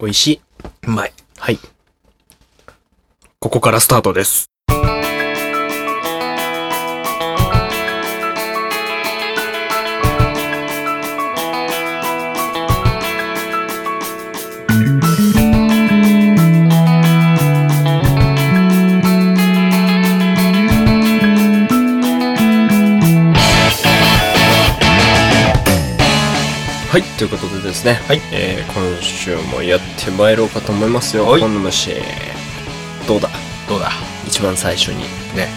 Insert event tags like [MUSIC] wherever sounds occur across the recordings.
美味しい。うまい。はい。ここからスタートです。はい、ということでですね。はいえー今週もやってまいろうかと思いますよ。はい今度の試合。どうだどうだ一番最初に。ね。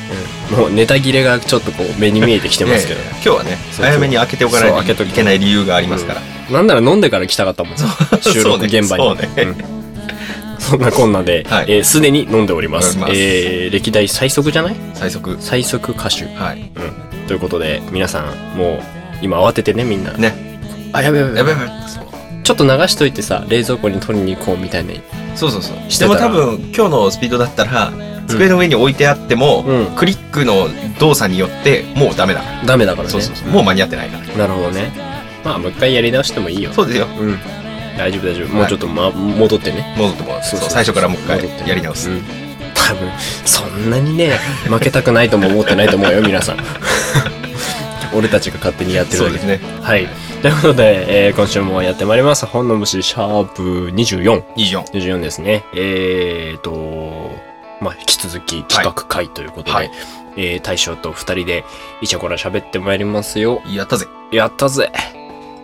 うん。もうネタ切れがちょっとこう、目に見えてきてますけど。いやいやいや今日はね、そう早めに開けておかないそう開けととくいけない理由がありますから。なんなら飲んでから来たかったもん。収そう録ね現場に。そうねうんそんなこんなで、はいえーすでに飲んでおります。飲んでますえー歴代最速じゃない最速。最速歌手。はい。ということで、皆さん、もう、今慌ててね、みんな。ね。あ、やべやべやべやべ。ちょっと流しといてさ、冷蔵庫に取りに行こうみたいな。そうそうそう。してでたもら多分、今日のスピードだったら、机の上に置いてあっても、うんクリックの動作によって、もうダメだ。ダメだからね。そうそうそう。もう間に合ってないかなら。るほどね。まあ、もう一回やり直してもいいよ。そうですよ。うん。大丈夫、大丈夫。もうちょっと、ま、戻ってね。戻ってもらうそう最初からもう一回戻ってねやり直す。うん多分、そんなにね、負けたくないとも思ってないと思うよ、皆 [LAUGHS] さん。俺たちが勝手にやってるそだうけですね。はい。ということで、えー今週もやってまいります。本の虫、シャープ24。 24。 24ですね。えーと、まあ、引き続き企画会ということで、はいえー大将と二人で、イチャコラ喋ってまいりますよ。やったぜ。やったぜ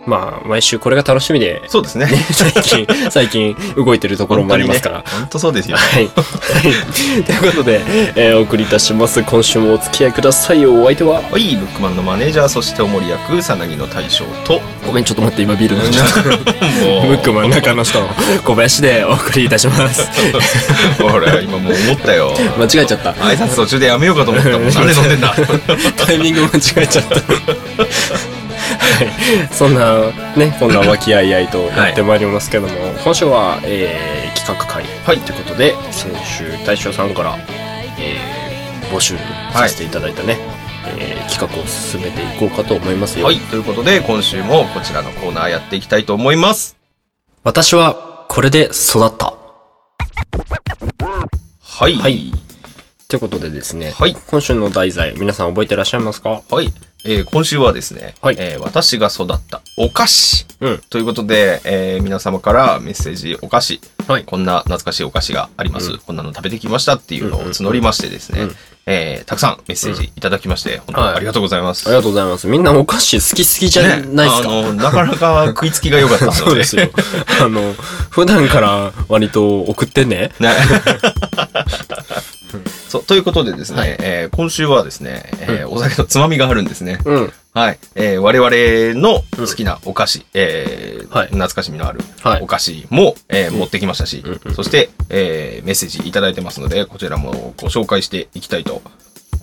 まあ、毎週これが楽しみで、そうですね。最 [LAUGHS] 近、最近動いてるところもありますから。本当にね本当そう [LAUGHS] ですよ。はい。はいということで、えーお送りいたします。今週もお付き合いくださいよ。お相手は、はい、ブックマンのマネージャー、そしておもり役、さなぎの大将 [LAUGHS] と、ごめん、ちょっと待って、今ビール飲んじゃった。 [LAUGHS] ムブックマン中の人、小林でお送りいたします。 [LAUGHS] ほら、今もう思ったよ。間違えちゃった。挨拶途中でやめようかと思ったもん。なんで飲んでんだ。 [LAUGHS] タイミング間違えちゃった。はい、そんなねこんな和気あいあいとやってまいりますけども、今週は、えー企画会はいということで先週大将さんから、えー募集させていただいたね、えー企画を進めていこうかと思いますよ、はい、ということで、今週もこちらのコーナーやっていきたいと思います。私はこれで育ったはい。ははいい。ということでですね、はい今週の題材皆さん覚えてらっしゃいますかえー今週はですね、はいえー私が育ったお菓子うんということで、えー皆様からメッセージ、お菓子、はいこんな懐かしいお菓子があります、うんこんなの食べてきましたっていうのを募りましてですね、うんえーたくさんメッセージいただきまして、本当にありがとうございます。ありがとうございますみんなお菓子好き好きじゃないですか、ねあの、なかなか食いつきが良かったの [LAUGHS] で。そうですよ。あの、普段から割と送ってね。ね。 [LAUGHS] そう、ということでですね、はいえー今週はですね、えーお酒のつまみがあるんですね。うん。はい。えー我々の好きなお菓子、えーはい懐かしみのあるはいお菓子も、えー持ってきましたし、うんうんそして、えーメッセージいただいてますので、こちらもご紹介していきたいと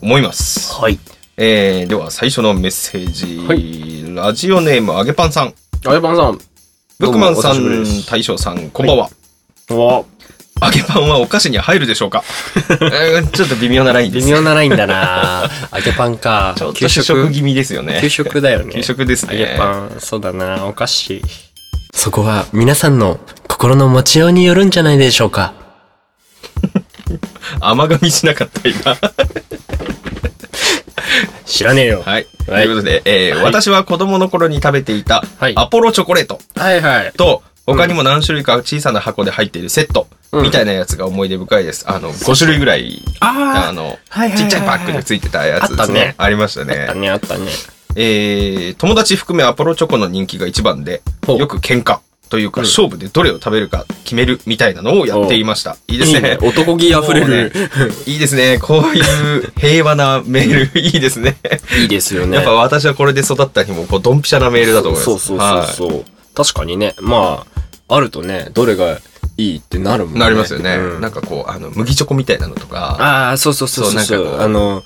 思います。はい。えーでは最初のメッセージ、はラジオネーム揚げパンさん、あやぱんさん。ブックマンさどうもお久しぶりんで、す大将さん、こんばんは。お揚げパンはお菓子に入るでしょうかえ [LAUGHS] ーちょっと微妙なラインで微す。妙なラインだな [LAUGHS] 揚げパンか。ちょっと主食気味ですよね。給食だよね。給食ですね揚げパン。そうだなお菓子。そこは皆さんの心の持ちようによるんじゃないでしょうか。甘噛みしなかった今。知らねえよ。はい。ということで、えーはい私は子供の頃に食べていたはい、アポロチョコレートはいはい。と、他にも何種類か小さな箱で入っているセット、うんみたいなやつが思い出深いです。あの、5種類ぐらい、ああの、はいはいはいはいちっちゃいパックでついてたやつであったすねね。ありましたあったね。ね、あったね。えー、友達含めアポロチョコの人気が一番で、ほうよく喧嘩というか、うん勝負でどれを食べるか決めるみたいなのをやっていました。いいですね。男気溢れる。もうねいいですね。こういう平和なメール、いいですね。いいですよね。やっぱ私はこれで育った日も、こう、ドンピシャなメールだと思います。そうそうそうそう、確かにねまああるとねどれがいいってなるもんはねいなりますよね。うんなんかこう、あの、麦チョコみたいなのとか、ああそうそうそうそうそうなんかこうあの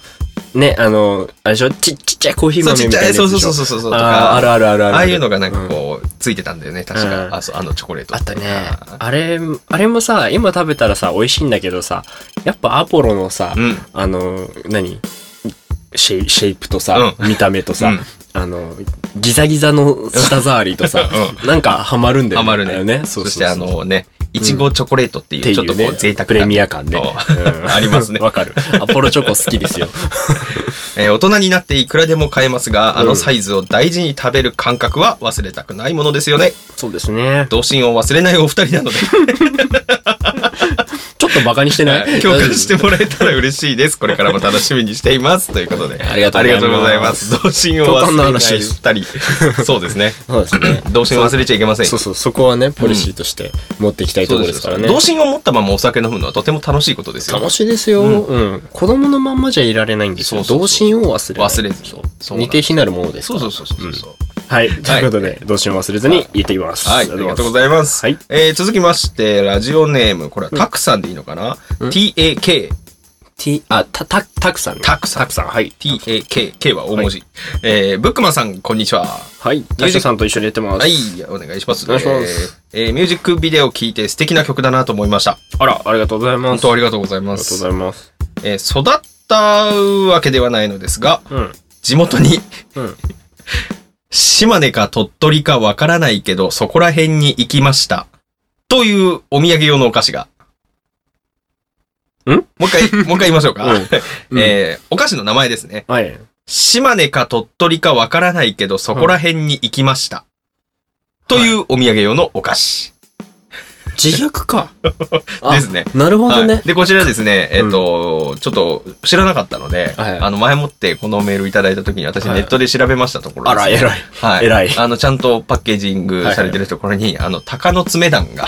ねあのあれでしょちちっちゃいコーヒーそう、豆ちっみちたいなゃやい、つでしそょうそうそうそうそうとあか、ーあるあるあるあるああいうのがなんかこう、ついてたんだよね、確うか。んあ、そう、あのチョコレート。あったねああれあれもさ今食べたらさ美味しいんだけどさやっぱアポロのさ、うん。あの何シェイシェイプとさ、う見た目とさ、うんあの [LAUGHS] ギザギザの舌触りとさ、なんかハマるんだよハねマるあれね。ねそしてあのね、いちごチョコレートってってい、いううちょっとこねう贅沢なプレミア感ね。そううん [LAUGHS] あります [LAUGHS] ねわかる。アポロチョコ好き [LAUGHS] ですよ。えー大人になっていくらでも買えますが、あうのんサイズを大事に食べる感覚は忘れたくないものですよね。そうですね。童心を忘れないお二人なので、ちょっとバカにしてない [LAUGHS] 共感してもらえたら嬉しいです。これからも楽しみにしています。ということで。ありがとうございます童心を忘れ共感のない話です [LAUGHS] 二人。そうですね。そう [LAUGHS] ですね。童心を忘れちゃいけませんよ。そうそう、そこはね、ポリシーとして持っていきたいところですからね。童心を持ったままお酒飲むのはとても楽しいことですよ。楽しいですよ、うん。子供のまんまじゃいられないんですよ。そうそうそう童心を忘れない。忘れずそうそうなん似ですて非なるものですそかうら。そうそうそうそう。はい。ということで、童心を忘れずに言っています。はい、ありがとうございます。はいえー続きまして、ラジオネーム、これはタクさんでいいのかな、?tak、 T、あ、た、た、たくさんね。タクさんたくさん。はい。 tak、k は大文字。えーブックマンさん、こんにちは。はい。大将さんと一緒にやってます。はい、お願いします。お願いしますえーえーミュージックビデオ聴いて素敵な曲だなと思いました。あら、ありがとうございま本す。当あありがとうございまりがとうす。ございます。えー育ったわけではないのですが、うん。地元にうん。島根か鳥取かわからないけど、そこら辺に行きました。というお土産用のお菓子が。んもう一 [LAUGHS] 回、もう一回言いましょうか。うん [LAUGHS] えーお菓子の名前ですね。はい。島根か鳥取かわからないけど、そこら辺に行きました。というお土産用のお菓子。自虐 [LAUGHS] か。あですね。なるほどはねい。で、こちらですね、えっ、と、ちょっと知らなかったので、はいあの、前もってこのメールいただいた時に私はいネットで調べましたところあですら、ね、偉い。はい。偉いあの、ちゃんとパッケージングされてるところに、あの、鷹の爪 [LAUGHS] 団が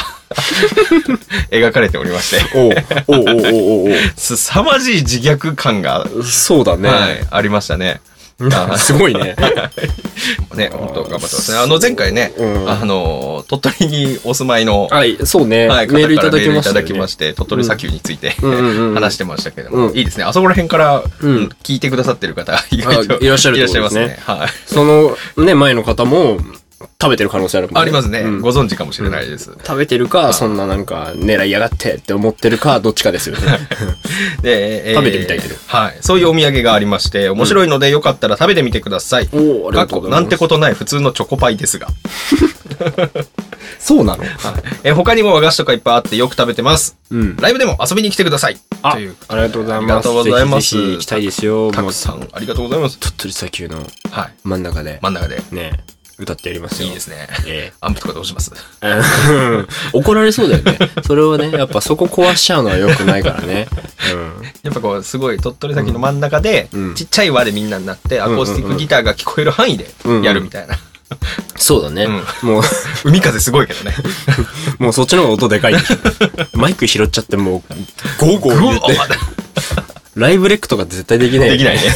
描かれておりまして、おうおうおうおうおう凄まじい自虐感が、おう。 [LAUGHS] そうだね。はい、ありましたね。うんすごい [LAUGHS] ね。ね、本当頑張ってますね。あの、前回ね、うんあの、鳥取にお住まいの、はい、そうね。はい、メールいただきま方しかたらメールいただきよまね。して、鳥取砂丘について、うんうんうんうん話してましたけども、うんいいですね。あそこら辺から、うんうん聞いてくださってる方、意外とあいらっしゃるいっらてっこしゃとでいますすねね。はい。その、ね、前の方も食べてる可能性あるもんね。ありますね、うんご存知かもしれないです。食べてるか、そんななんか、狙いやがってって思ってるか、どっちかですよね。で、え食べてみたいけどはい。そういうお土産がありまして、面白いので、よかったら食べてみてください。おお、ありかがっとうこござないんまてす。ことない普通のチョコパイですが。そうなのえ他にも和菓子とかいっぱいあってよく食べてます。うん。ライブでも遊びに来てください。あ、あといりうがとうございます。ありがとうございますぜひぜひ行きたいですよ。たもうくさんありがとうございます。鳥取砂丘のはい。真ん中で、真ん中で。ね、歌ってやりますよ。いいですね。え [LAUGHS] アンプとかどうしますえ怒られそうだよね。それをね、やっぱそこ壊しちゃうのは良くないからね。うん。やっぱこう、すごい鳥取砂丘の真ん中で、うんちっちゃい輪でみんなになって、アコースティックギターが聞こえる範囲でやるみたいな。そうだね。もう、海風すごいけど [LAUGHS] ね。もうそっちの方が音でかいでしょ。マイク拾っちゃってもう、ゴーゴー言って [LAUGHS] うわ。ライブレックとか絶対できない。できないね。。 [LAUGHS]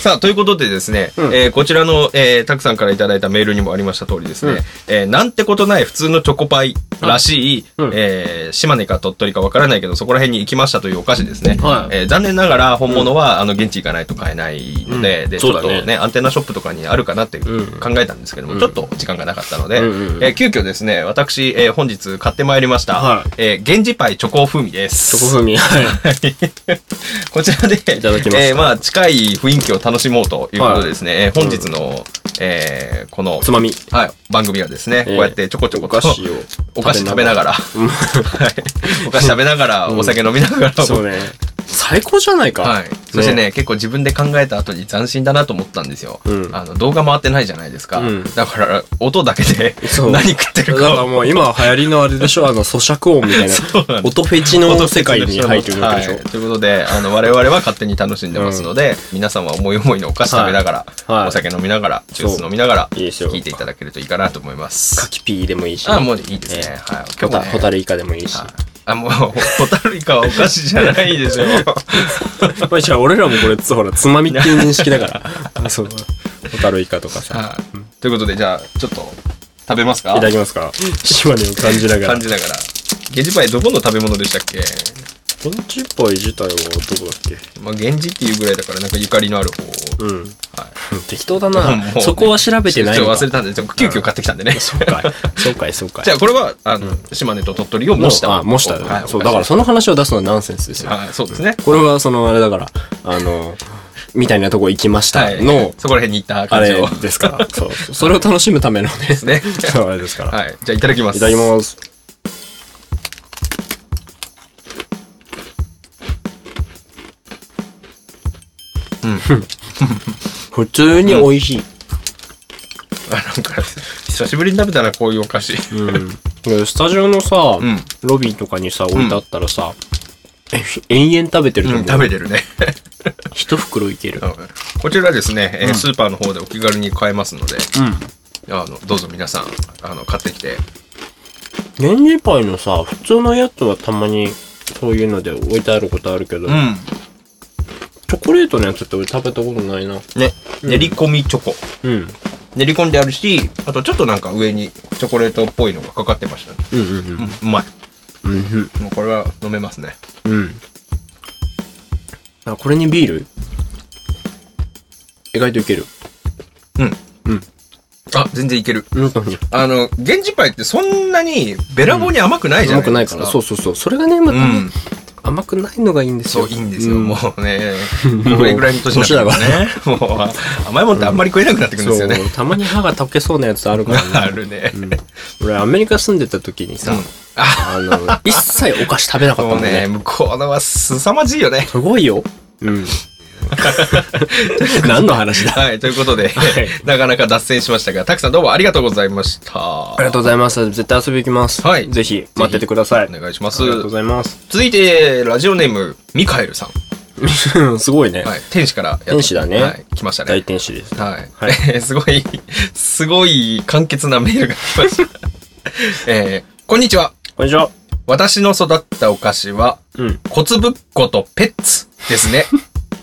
さあ、ということでですね、うんえーこちらの、えーたくさんからいただいたメールにもありました通りですね、うんえーなんてことない普通のチョコパイらしい、うんえー島根か鳥取かわからないけど、そこら辺に行きましたというお菓子ですね。はいえー残念ながら本物は、あの、現地行かないと買えないので、うんで、ちそょうっだとねねアンテナショップとかにあるかなってうん考えたんですけども、うんちょっと時間がなかったので、うんうんうんえー急遽ですね、私、えー本日買ってまいりました、はいえー、源氏パイチョコ風味です。そこ風味。はい。こちらで、ただきましたえーまあ、近い雰囲気を楽しもうということでですね、えー本日の、えーこの、つまみ。はい、番組はですね、えーこうやってちょこちょこお菓子を。お菓子食べながら、 [LAUGHS] はいお菓子食べながら、お酒飲みながら、そうね。最高じゃないか。はい。そしてね、結構自分で考えた後に斬新だなと思ったんですよ。うんあの動画回ってないじゃないですか。うんだから、音だけでそう [LAUGHS] 何食ってだるかからを。もう今流行りのあれでしょあの、咀嚼音みたい [LAUGHS] そうなな。の音フェチの世界に入ってるわけでしょはいということで、あの、我々は勝手に楽しんでますので、皆さんは思い思いのお菓子食べながら、はいはいお酒飲みながら、ジュースそう飲みながら、いいですよ聞いていただけるといいかなと思います。カキピーでもいいしね。あ、もういいですね。ええはい。ホタねホタルイカでもいいし。はいあ、もう、ホタルイカはお菓子じゃないで [LAUGHS] しょ。まあ、じゃあ俺らもこれつ、ほら、つまみっていう認識だ [LAUGHS] から。そう。ホタルイカとかさ。はいということで、じゃあ、ちょっと、食べますかいただきますか。島根を感じながら。 [LAUGHS] 感じながら。ゲジパイどこの食べ物でしたっけポンチパイ自体はどこだっけまあ、源氏っていうぐらいだから、なんかゆかりのある方を。うん。はい。適当だ [LAUGHS] もうな。そこは調べてないちょのっか。と忘れたんで、ちょっと急遽買ってきたんでね。 [LAUGHS] そうかい。そうかい、そうかい。じゃあこれは、あの、島根と鳥取を模もした。あ、模したよねはいそう、だからその話を出すのはナンセンスですよ。はい、そうですね。これは、その、あれだから、あの、みたいなとこ行きましたはい。の、そこら辺に行ったあ感じれを。ですから。そう。それを楽しむためのね。ね。 [LAUGHS] そう、あれですから。はい。じゃあいただきます。いただきます。うん。 [LAUGHS] 普通に美味しい。あ、なんか、久しぶりに食べたな、こういうお菓子。うん。スタジオのさ、うん。ロビーとかにさ、置いてあったらさ、え延々食べてるとう思ん、う。食べてるね。 [LAUGHS] 一袋いける。こちらですね、えースーパーの方でお気軽に買えますので、うん。あの、どうぞ皆さん、あの、買ってきて。年次パイのさ、普通のやつはたまに、そういうので置いてあることあるけど、ん。チョコレートのやつって俺食べたことないな。ね、練り込みチョコ。うん。うん練り込んであるし、あとちょっとなんか上にチョコレートっぽいのがかかってましたね。うんうまい。うん。うん。もうこれは飲めますね。うん。あ、これにビール意外といける。あ、全然いける。うん。うあの、源氏パイってそんなにべらぼうに甘くないじゃまなくいなでいすかか。ら。そうそうそう。それがね、またうねん。甘くないのがいいんですそよ。う、いいんですよ。うんもう [LAUGHS] ね、これぐらいの年になってね。 [LAUGHS] もう、甘いもんってあんまり食えなくなってくるんですよね。そうたまに歯が溶けそうなやつあるから [LAUGHS] ね。 [LAUGHS] あるね。うん俺、アメリカ住んでた時にさ、うんあ、あの、一切お菓子食べなかったももうんねね、。向こうのは凄まじいよね。 [LAUGHS] すごいよ。うん。 [LAUGHS] 何の話だはい、ということで、はい [LAUGHS] なかなか脱線しましたが、たくさんどうもありがとうございました。ありがとうございます。絶対遊びに行きます。はいぜひ、待っててください。あおり願いします。がとうございます。続いて、ラジオネーム、ミカエルさん。 [LAUGHS] すごいね。はい、天使からやって天使だねはい、来ました大ね。天使です。はい。はいえー [LAUGHS] すごい、すごい簡潔なメールが来ました。 [LAUGHS] えーこんにちは。こんにちは。私の育ったお菓子は、うん。コツブッコとペッツです [LAUGHS] ね。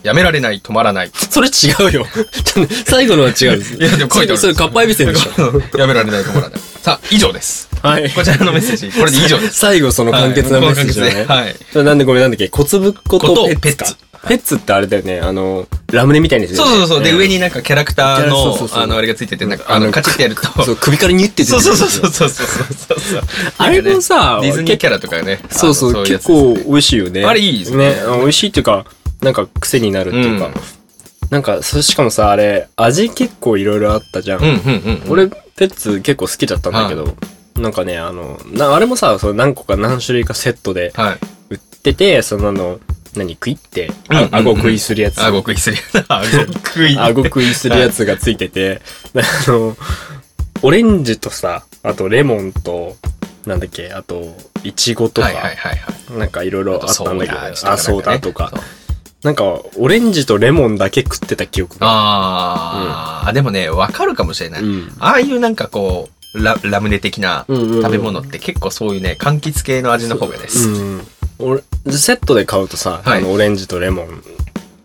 やめられない、止まらない。それ違うよ。 [LAUGHS] ちょっと最後のは違うです。いやでも書いてあるそれ、かっぱえびせんでしょ。やめられない、止まらない。さあ、以上です。はい。こちらのメッセージ、これで以上です。最 [LAUGHS] 後その簡潔なメッセージだはいね。この簡潔ではいそれなんでごめんなんだっけ骨ぶっことペッツかこと。ペッツってあれだよね。あの、ラムネみたいにするそようねそうそう。で、上になんかキャラクターのそうそう、そうあの、あれがついてて、なんか、あの、カチってやると。そそうう、首からニュって出てくそうるそうそうそうそうそうそう。あれもさディズニーキャラとかね。そうそあうのいや結つ構美味しいよね。あれいいですねあ美味しいっていうか、なんか癖になるっていうか。うんなんか、それしかもさ、あれ、味結構いろいろあったじゃん。うんうんうん。俺、ペッツ結構好きだったんだけど、なんかね、あの、なあれもさ、その何個か何種類かセットではい。売ってて、そのあの、何、クイって、うんうんあうん顎食いするやつ。あご食いするやつ。あご食い。顎食いするやつがついてて、あの、オレンジとさ、あとレモンと、なんだっけ、あと、イチゴとか、はいはいはいはい。なんかいろいろあったんだけど、あ、ソそうーダだ味ととかかね。なんか、オレンジとレモンだけ食ってた記憶が。あー、でもね、わかるかもしれない。うんああいうなんかこう、ララムネ的なうんうんうん食べ物って結構そういうね、柑橘系の味の方がです。うん。俺、セットで買うとさ、はいあの、オレンジとレモン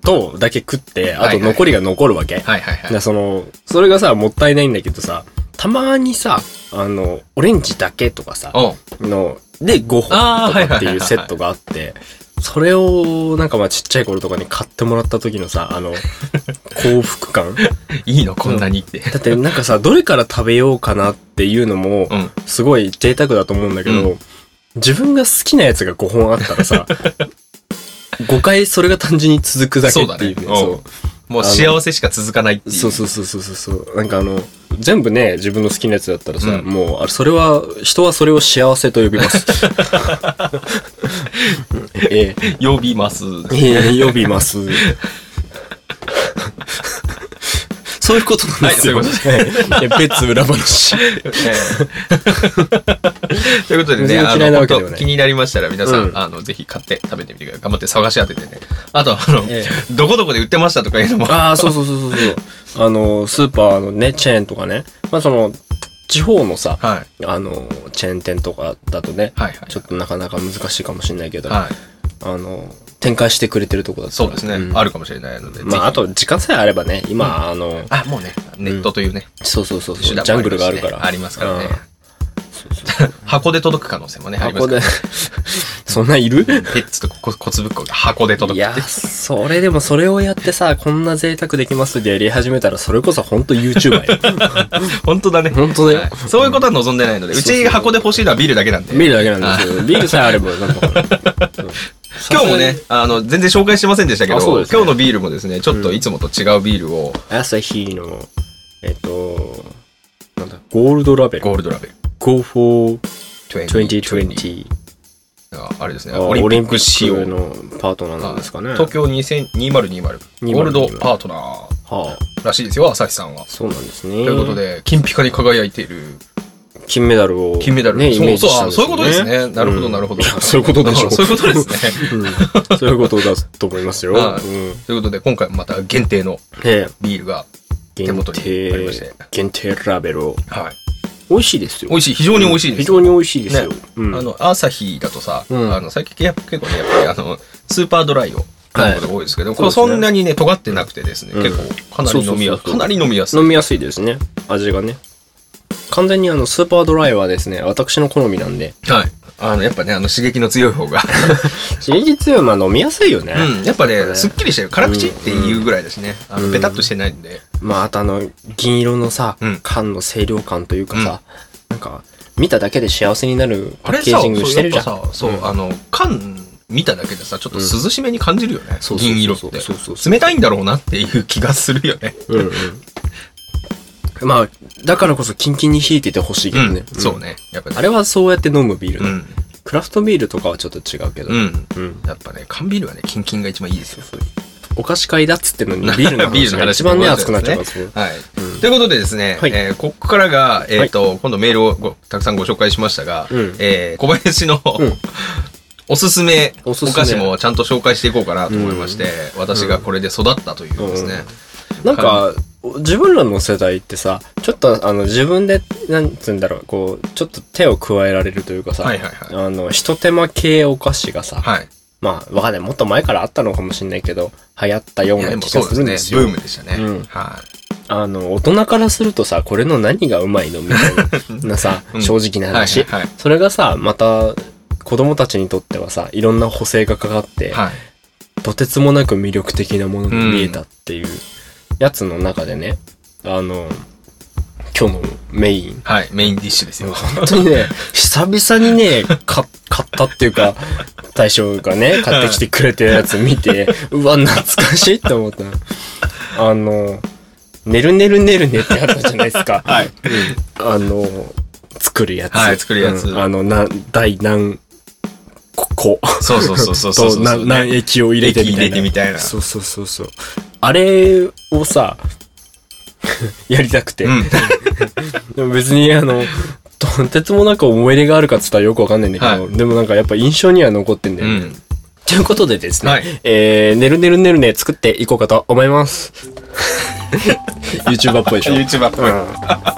とだけ食って、あはいとはい残りが残るわけ。はいはいはでい。その、それがさ、もったいないんだけどさ、たまにさ、あの、オレンジだけとかさ、おうの、で5本とあーはいかはっていはいはいいうセットがあって、それを、なんかまあちっちゃい頃とかに買ってもらった時のさ、あ [LAUGHS] の、幸福感だいいのこんなにって。ってなんかさ、どれから食べようかなっていうのもう、ん。すごい贅沢だと思うんだけど、う自分が好きなやつが5本あったら [LAUGHS] さ、5回それが単純に続くだけっていうね。そうだねそうもう幸せしか続かないっていう。そうそうそうそうそうそうなんかあの全部ね自分の好きなやつだったらさ、うんもうあれそれは人はそれを幸せと呼びます [LAUGHS] え呼びます。えええ呼びますそういうことなんですよ、はいそうええ別裏話ということで [LAUGHS] 全ね、然あ嫌いなの、わ本けでは当ない気になりましたら皆さん、うんあの、ぜひ買って食べてみてください。頑張って探し当ててね。あと、あの、えどこどこで売ってましたとかいうのも、ああそうそうそうそうそうあのスーパーのねチェーンとかねまあその地方のさはい。あのチェーン店とかだとねはいはい。ちょっとなかなか難しいかもしれないけど、はい。あの、展開してくれてるとこだったそらうですね。んあるかもしれないので。ぜまひあ、あ、と、時間さえあればね、今、あの、あ、もうね、ネットというね、そうそうそうそう、手ジ段もャングルがああるりますしねから。ありますからねうん。箱で届く可能性もね、ありま箱すからで [LAUGHS] ね。、そんないるペッツとこ骨ぶっこが箱でい届くやって、。それでもそれをやってさ、こんな贅沢できますってやり始めたら、それこそ本当 [LAUGHS] YouTuber よ。本当だね。本当だよはいそういうことは望んでないので、うそうち箱で欲しいのはビールだけなんで。ビールだけなんですよ。ビールさえあれば、なんとかなる。うん [LAUGHS] 今日もね、、あの、全然紹介してませんでしたけど、あそう今です日ねのビールもですね、ちょっといつもと違うビールを、朝日の、えっと、なんだ、ゴールドラベル。ゴールドラベル。 Go for 2020 2020ああれですね。あオリンピック仕様オリンピックのパートナーなんですかね。東京2020。2020ゴールドパートナーはあ、らしいですよ、朝日さんは。そうなんですね。ということ、で、金ピカに輝いている金メダルを、金メダル。ね、イそメーうジしたそんう、そういうことですね。なるほうど、んなるほど。いや [LAUGHS] そういうことでしょうあ [LAUGHS] そういうことですね。うんそういうことだと思いますよ。はいうん。ということで、今回もまた限定のええビールが、手限元にありまして定、限定ラベルを。はい。美味しいですよ。美味しい、非常に美味しいです非。常に美味しいですよ。ねうんあの、朝日だとさ、うんあの、最近やっぱ結構ね、やっぱりあの、スーパードライをはい飲むことが多いですけそうですねど、これそんなにね、尖ってなくてですね、うん結構、かなり飲みそやうそうそうすそうい。かなり飲みやすい。飲みやすいですね。味がね。完全にあの、スーパードライはですね、私の好みなんで。はい。あの、やっぱね、あの、刺激の強 [LAUGHS] い方が。真実はまあ飲みやすいよね。うん。やっぱこれね、すっきりしてる。辛口っていうぐらいだしね。あうんの、ペタッとしてないんで。まあ、あとあの、銀色のさ、うん缶の清涼感というかさ、なんか、見ただけで幸せになるパあれッケーさ、そジうングしてやるっじゃぱん。さ、そう、あの、缶見ただけでさ、ちょっと涼しめに感じるよね。そうそうそう銀色って。そうそうそう冷たいんだろうなっていう気がするよね。うんうん。まあ、だからこそキンキンに冷えててほしいけうどねん。。そうね。ね。やっぱあれはそうやって飲むビールうだ、ん。クラフトビールとかはちょっと違うけど。うん。うんやっぱね、缶ビールはね、キンキンが一番いいですよ。お菓子会だっつってんのに、 [LAUGHS] ビールのビ話ールのが話一が番ね、多いで熱すくねなっちゃうからそうはい。うんということでですね、はいえーここからが、えっ、と、今度メールをごたくさんご紹介しましたが、うんえー小林の、うん [LAUGHS] おすすめおおすすめ菓子もちゃんと紹介していこうかなと思いまして、私がこれで育ったというですね。なんか、自分らの世代ってさ、ちょっとあの自分で、なんつうんだろう、こう、ちょっと手を加えられるというかさ、はいはいはい。あの、一手間系お菓子がさ、はい。まあ、わかんない。もっと前からあったのかもしれないけど、流行ったよういやでなも気がそうするんでですすよ。ね。ブームでしたね。うんはい。あの、大人からするとさ、これの何がうまいのみたいななさ、 [LAUGHS] うん正直なはい話。はいそれがさ、また、子供たちにとってはさ、いろんな補正がかかって、はい。とてつもなく魅力的なものに見えたっていうやつの中でね、あの、今日のメイン。はい。メインディッシュですよ。本当に [LAUGHS] ね、久々にね、か買ったっていうか、大将がね、買ってきてくれてるやつ見 [LAUGHS] て、うわ、懐かしいって思ったのあの、ねるねるねるねってあったじゃないですか。 [LAUGHS] はい。あの、作るやつ。はい作るやつうんあの、な、第何、ここ。そうそうそうそうそう [LAUGHS] そとうな何液を入れてみたいな。液入れてみたいなそうそうそうそう。あれをさ、 [LAUGHS] やりたくて。うん。でも別にあの、とてつもなく思い入れがあるかっつったらよくわかんないんだけど、はでもなんかやっぱ印象には残ってんだうよね。ん。ということでですね、はいえー、ねるねるねるね作っていこうかと思います。YouTuber っぽいでしょ。 YouTuber っぽい。 [LAUGHS]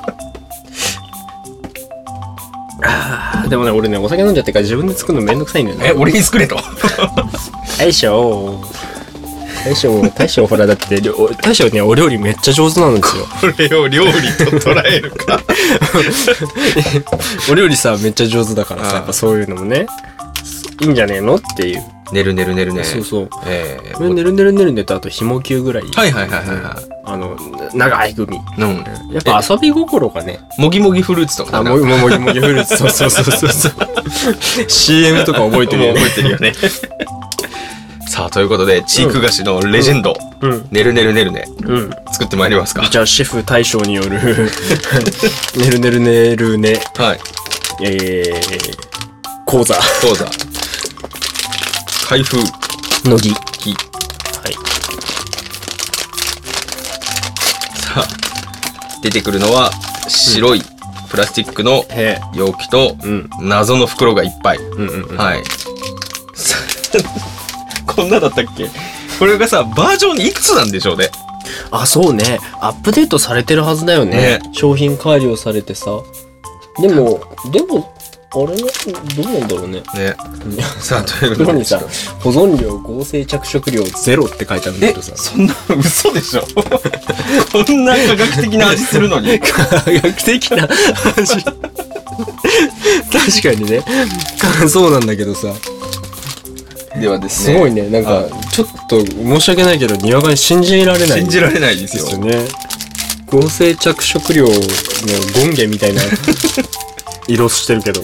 あーでもね、俺ね、お酒飲んじゃってから自分で作るのめんどくさいんだよねえ、。俺に作 [LAUGHS] れと。大将大将大将ほらだってりょ大将ねお料理めっちゃ上手なんですよこれを料理と捉えるか。お料理さめっちゃ上手だからあさーやっぱそういうのもねいいんじゃねえのっていう、ねるねるねるね。そうそうええこれねるねるねるねとあとひもきゅうぐらいはいはいはいはいはあの長い組い。うん。やっぱ遊び心がねもぎもぎフルーツとかあねもぎもぎもぎフルーツそうそうそうそう CM とか覚えてるよね覚えてるよね。さあ、ということで、チーク菓子のレジェンド、うんねるねるねるね、うん作ってまいりますか。じゃあシェフ大将によるねるねるねるねはい。えー、講座どうぞ。開封。乃木きはいさあ、出てくるのは、白いプラスチックのへ容器と、うん謎の袋がいっぱい。うんうんうんはい。さ [LAUGHS] こんなだったっけこれがさ、バージョンいくつなんでしょうね。あそうねアップデートされてるはずだよねね商品改良されてさでもでもあれどうなんだろうねね。さあ、というこ袋とにで。さ保存量合成着色料ゼロって書いてあるんだえけど、さそんな、嘘で [LAUGHS] しょこんな科学的な味するのに。科学的な話確かにねかそうなんだけどさではですすね。ごいねなんかちょっと申し訳ないけどにわかに信じられない信じられないですでよ。すよね合成着色料のゴンゲみたい [LAUGHS] な色してるけど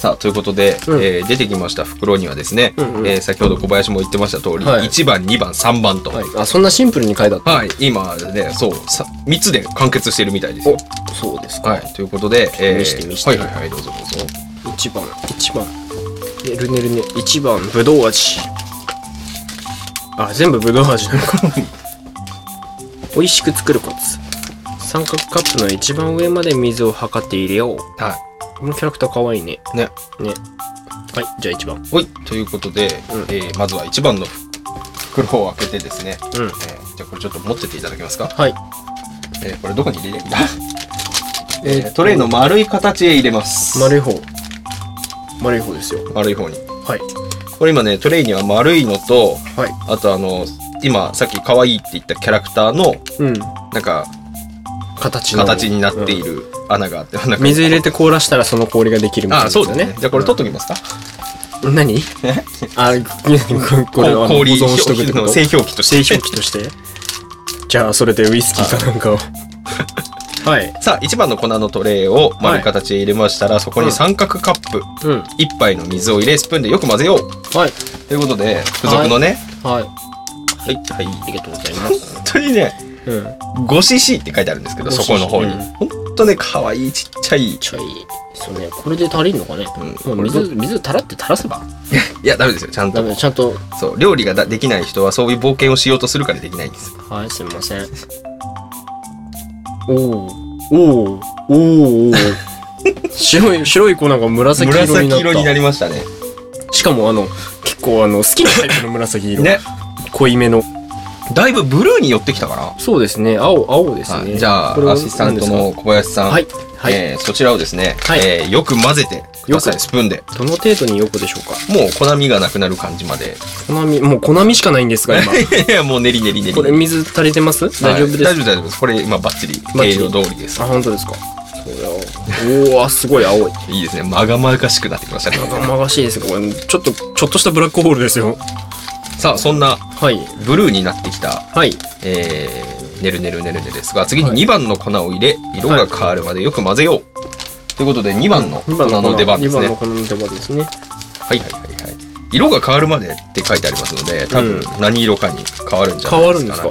さあ、ということで、うんえー出てきました袋にはですね、うんうんえー先ほど小林も言ってました通り、はい1番、2番、3番と。はい。あそんなシンプルに書いてあった今ね、そう、3つで完結してるみたいですよ。そうですはい。ということで、見して見してはいはいはい、どうぞどうぞ。 1番1番ねるねるね。1番、ぶどう味。あ、全部ぶどう味なのか。 [LAUGHS] 美味しく作るコツ。三角カップの一番上まで水を測って入れよう。はこのキャラクターかわいいね。い。ね。ね。はい、じゃあ1番。はい。ということで、うんえーまずは1番の袋を開けてですね。うんえ。ーじゃあこれちょっと持ってっていただけますか。はい。えーこれどこに入れればいいんだえートレイの丸い形へ入れます。丸い方。丸い方ですよ。丸い方に。はい。これ今ね、トレイには丸いのと、はい。あとあの、今さっき可愛いって言ったキャラクターの、うん。なんか形の形になっている穴があって、なんか水入れて凍らしたらその氷ができるみたいなあ、やつそよ、うだね。じゃあこれ取っときますか。うん [LAUGHS] 何えあ、ここれあの保氷存しとくってこのと製氷機と製して氷。機としてじゃあそれでウイスキーかなんかを [LAUGHS] はいさあ、1番の粉のトレイを丸い形へ入れましたら、そこに三角カップうん1杯の水を入れ、スプーンでよく混ぜよう。はいということで、付属のね、はいはい、はい、あありがとうございま本す当にね、うん 5cc って書いてあるんですけど、そこの方に。 5cc ほんとね、可愛いちっちゃい。ちょいそうねこれで足りんのかねうんもう水水垂らって垂らせばいや、ダメですよ、ちゃんダと。メだちゃんとそう、料理がだできない人はそういう冒険をしようとするからできないんです。はいすみませんおおおおおお [LAUGHS] 白い白い粉が紫色にな紫った色になりましたね。しかもあの結構あの好きなタイプの紫色、ね。濃いめのだいぶブルーに寄ってきたかな。そうですね青青ですね、はい、じゃこれあ、はアシスタントの小林さん。はいはい、えーそちらをですね、はいえーよく混ぜてくださよい、スプーンで。どの程度によくでしょうかもう粉身がなくなる感じまで。粉みもう粉みしかないんですが今 [LAUGHS] いや、もう練り練り練り。これ水足りてます大丈夫ですはい大丈夫、大丈夫です。これ今バッチリ、バッチ計リ量通りですあ。本当ですかそうだよおおーあすごい青いいいですね。まがまがしくなってきましたね。生々しいですよこれちょっとちょっとしたブラックホールですよさあ、そんなはいブルーになってきた、はいえー、ねるねるねるねですが、次はいに2番の粉を入れ、色が変わるまでよく混ぜよう。ということで、2番の2粉番のの出番です2ね。番のこの出番ですねはいはいはいはい。色が変わるまでって書いてありますので、多う分ん何色かに変わるんじゃな変わいでるんすでか,、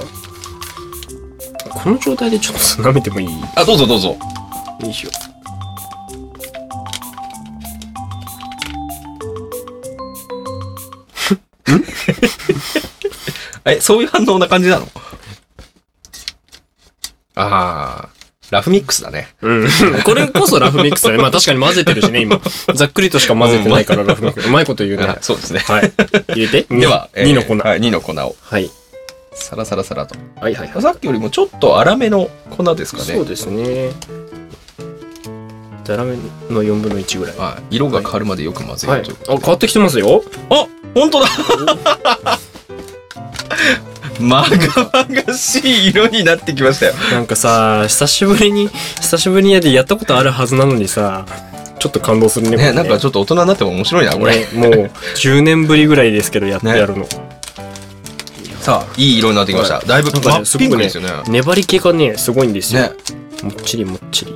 すかこの状態でちょっと舐めてもいいあ、どうぞどうぞ。いいっしょえ、そういう反応な感じなのあー、ラフミックスだね。うん。 [LAUGHS] これこそラフミックスだね。まあ確かに混ぜてるしね、今。ざっくりとしか混ぜてないからラフミックス。うまいこと言うね。あそうですね。はい。入れて。 [LAUGHS] では、えー2の粉。はい。はい、2の粉を。はいサラサラサラと。はいはい。さっきよりもちょっと粗めの粉ですかね。そうですね。ザラメの4分の1ぐらい。はい、色が変わるまでよく混ぜはるい。というあ、変わってきてますよ。あ、本当だまがまがしい色になってきましたよ。なんかさ、久しぶりに、久しぶりにやでやったことあるはずなのにさ、ちょっと感動するね。こね、れなんかちょっと大人になっても面白いな、これ。ねもう10年 [LAUGHS] ぶりぐらいですけど、やってやるの。さあ、いい色になってきました。はだいぶなん真かっねすごピくンクねですよね。粘り気がね、すごいんですよ。ね。もっちりもっちり。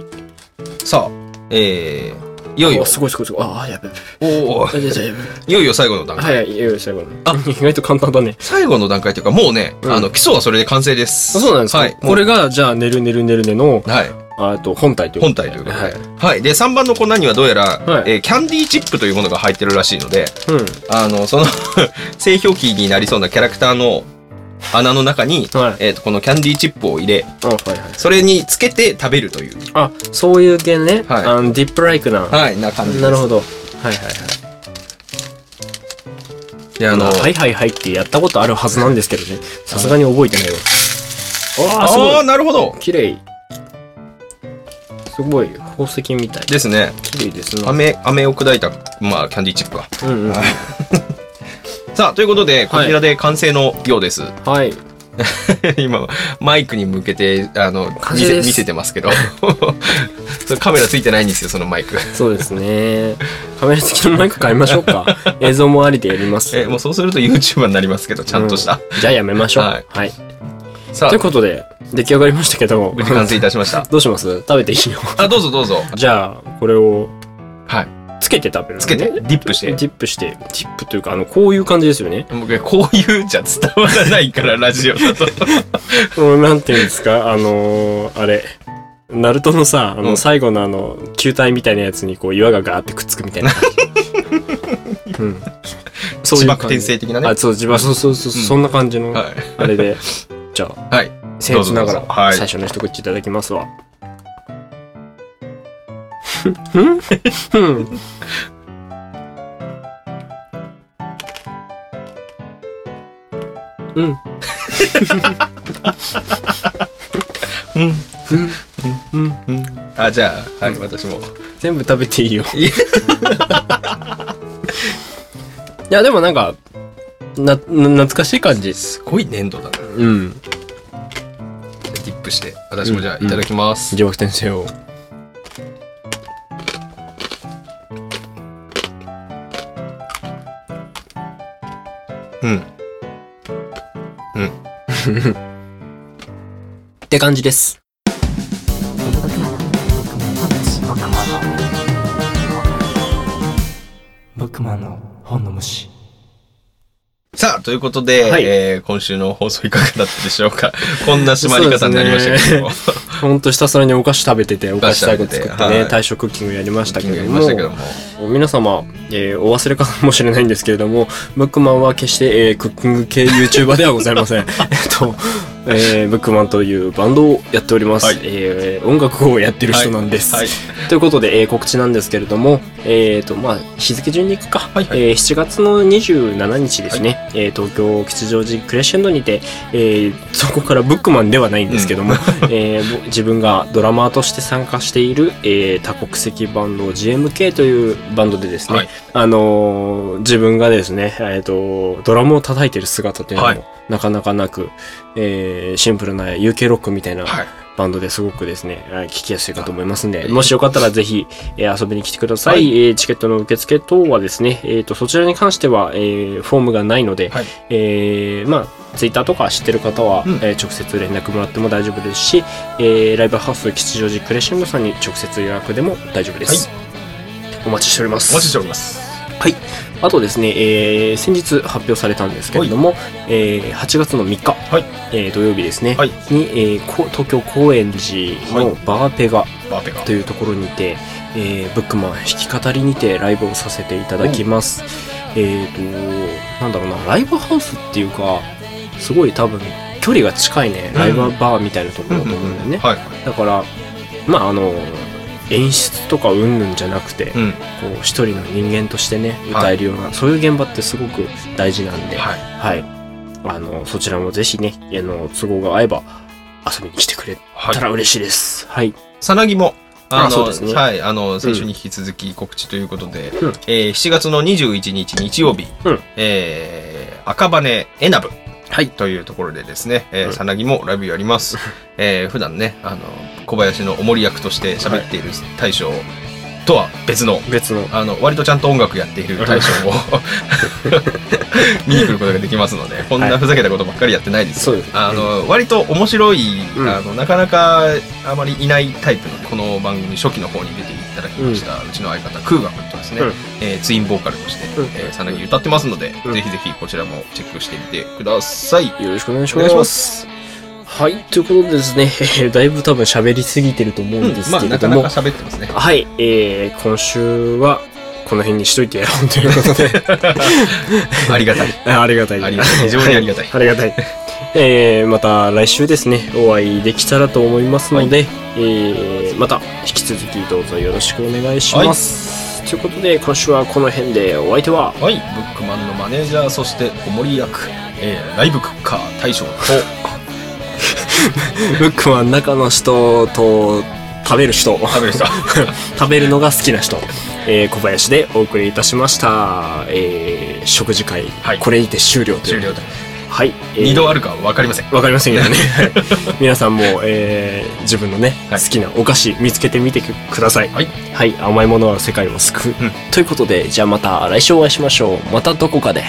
さあ、えー、いよいよあ、すごいすごいすごい。ああ、やべやべ。おーあいやいやいやいよいよ最後の段階。はい、いよいよ最後の。あ、意外と簡単だね。最後の段階というか、もうね、うんあの、基礎はそれで完成です。あそうなんですか、はい。これが、じゃあ、ねるねるねるねの、はい。あえっと本体という本体ということで。ははいい。。で、3番の粉にはどうやら、はいえーキャンディーチップというものが入ってるらしいので、うん。あの、その、 [LAUGHS] 製氷機になりそうなキャラクターの穴の中に、はい。えっ、と、このキャンディーチップを入れ、あ、はいはい。それにつけて食べるという、あ、そういう系ね。はあいの、ディップライクな。はい、な感じです。なるほど。はいはいはい。で、ああの、の、はいはいはいってやったことあるはずなんですけどね。さすがに覚えてないわ。ああ、すあごあ、なるほどい。綺麗。すごい。宝石みたい。ですね。綺麗ですな。飴、飴を砕いた、まあ、キャンディーチップが。うんうん。はいさあ、ということで、こちらで完成のようです。 [LAUGHS] はい。今、マイクに向けて、あの、完見成せです見せてますけど。 [LAUGHS] それカメラついてないんですよ、その [LAUGHS] マイク。そうですね。 [LAUGHS] カメラ付きのマイク買いましょう [LAUGHS] か。映像もありでやります。え、もうそうすると YouTuber になりますけど、ちゃんとした。じゃあやめましょう。はいはい。さというあ、ことで、出来上がりましたけど無、事完成いたしました。どうします食べていいよ。あ、どうぞどうぞ。じゃあ、これをはい。つけて食べるのねつけて、ディップしデてィ。ップして、ディップというか、あの、こういう感じですよね。僕、こういうじゃ伝わらないから、ラジオだ [LAUGHS] と。もうなんていうんですか、あのーあれ、ナルトのさ、あうん [LAUGHS] の、最後のあの、球体みたいなやつに、こう、岩がガーってくっつくみたいな。うん。そうい自う爆感じ転生的なね。あ、そう、自爆、そうそうそう、うんそんな感じの、はい。あれ [LAUGHS] で。じゃあ、はい。僭越ながどうぞどうぞはら、い最初の一口いただきますわ。ふんふんうん。うん。うん。うん。うん。あ、じゃあ、はい、私も。全部食べていいよ。いいや、でもなんか、な、な懐かしい感じです。すごい粘土だな。うん。ディップして。私もじゃあ、いただきます。自爆転生を。うん。って感じです。ブックマンの本の虫。さあ、ということで、はいえー今週の放送いかがだったでしょうか [LAUGHS] こんな締まり方になりましたけども。ほんとひたすらにお菓子食べてて、お菓子最後作ってお菓子食べてね、はい退職クッキングやりま [LAUGHS] したけやれりどまも、したけども。皆様、えーお忘れかもしれないんですけれども、ブックマンは決して、えークッキング系 YouTuber ではござい [LAUGHS] ません。えっと、えーブックマンというバンドをやっております。はいえー音楽をやってる人なんです。はい。ということで、えー告知なんですけれども、えーとまあ、日付順に行くか、はいはいえー7月の27日ですね、えー東京吉祥寺クレッシェンドにて、えーそこからブックマンではないんですけども、 [LAUGHS] えーぼ自分がドラマーとして参加している、えー多国籍バンド GMK というバンドでですね、はいあのー自分がですね、えー、とドラムを叩いてる姿というのも、はいなかなかなく、えーシンプルな UK ロックみたいなはい。バンドですごくですね、あ聞きやすいかと思いますんはで、いもしよかったらぜひ、えー遊びに来てください。はえーチケットの受付等はですね、えーと、そちらに関しては、えーフォームがないので、はいえーまあ、ツイッターとか知ってる方は、うんえー直接連絡もらっても大丈夫ですし、えーライブハウス吉祥寺クレッシェンドさんに直接予約でも大丈夫です。お待ちしておりまおす。待ちしております。はい。あとですね、えー先日発表されたんですけれども、えー8月の3日、はいえー土曜日ですね、はいに、えーこ東京高円寺のバーペガバーペガ。というところにて、えーブックマン弾き語りにてライブをさせていただきます。えっ、と、なんだろうな、ライブハウスっていうか、すごい多分、距離が近いね、ライブバーみたいなところだと思うんだよね。はい。だから、まあ、あの、演出とかうんぬんじゃなくて、うん。こう一人の人間としてねはい歌えるような、そういう現場ってすごく大事なんで、はいはい。あのそちらもぜひねあの都合が合えば遊びに来てくれはいた。ら嬉しいです。はい、さなぎも、ああのそうですねはい、あの、先週に引き続き告知ということで、うんえー7月の21日日曜日、うんえー赤羽エナブはいというところでですね、えうー、んさなぎもライブや [LAUGHS] ります。えー普段ね、あの、小林のおもり役として喋っている大将とは別の、別のあの、割とちゃんと音楽やっている大将を [LAUGHS] 見に来ることができますので、こんなふざけたことばっかりやってないですそよ。うですあの、割と面白い、うんあの、なかなかあまりいないタイプのこの番組初期の方に出ていただきました、うちの相方、クーガ君とですね、うんえーツインボーカルとして、うんえーさなぎ歌ってますので、うんぜひぜひこちらもチェックしてみてください。よろしくお願いしおま願いす。します。はいということでですね、 [LAUGHS] えーだいぶ多分喋りすぎてると思うんですまあ、けれなどかも、なか喋ってますね。 [LAUGHS] はい、えー今週はこの辺にしといてやろうということ [LAUGHS] でありがたい。 [LAUGHS] ありがたいありでがすたい。非常にありがたい。 [LAUGHS] ありがたい。えーまた来週ですね、お会いできたらと思いますので、えーまた引き続きどうぞよろしくお願いします。ということで、今週はこの辺でお相手 [LAUGHS] は、はい、ブックマンのマネージャー、そして小森役、えーライブクッカー大将と、ブックマン中の人と食べる人、食べ [LAUGHS] る人。食べるのが好きな [LAUGHS] 人、えー小林でお送りいたしました。えー食事会、はいこれにて終了という。終了と。はい。えー二度あるかは分かりません。わかりませんけ [LAUGHS] どね。はい皆さんも、えー自分のね、はい好きなお菓子見つけてみてくください。はい。はい、甘いものは世界を救う。うんということで、じゃあまた来週お会いしましょう。またどこかで。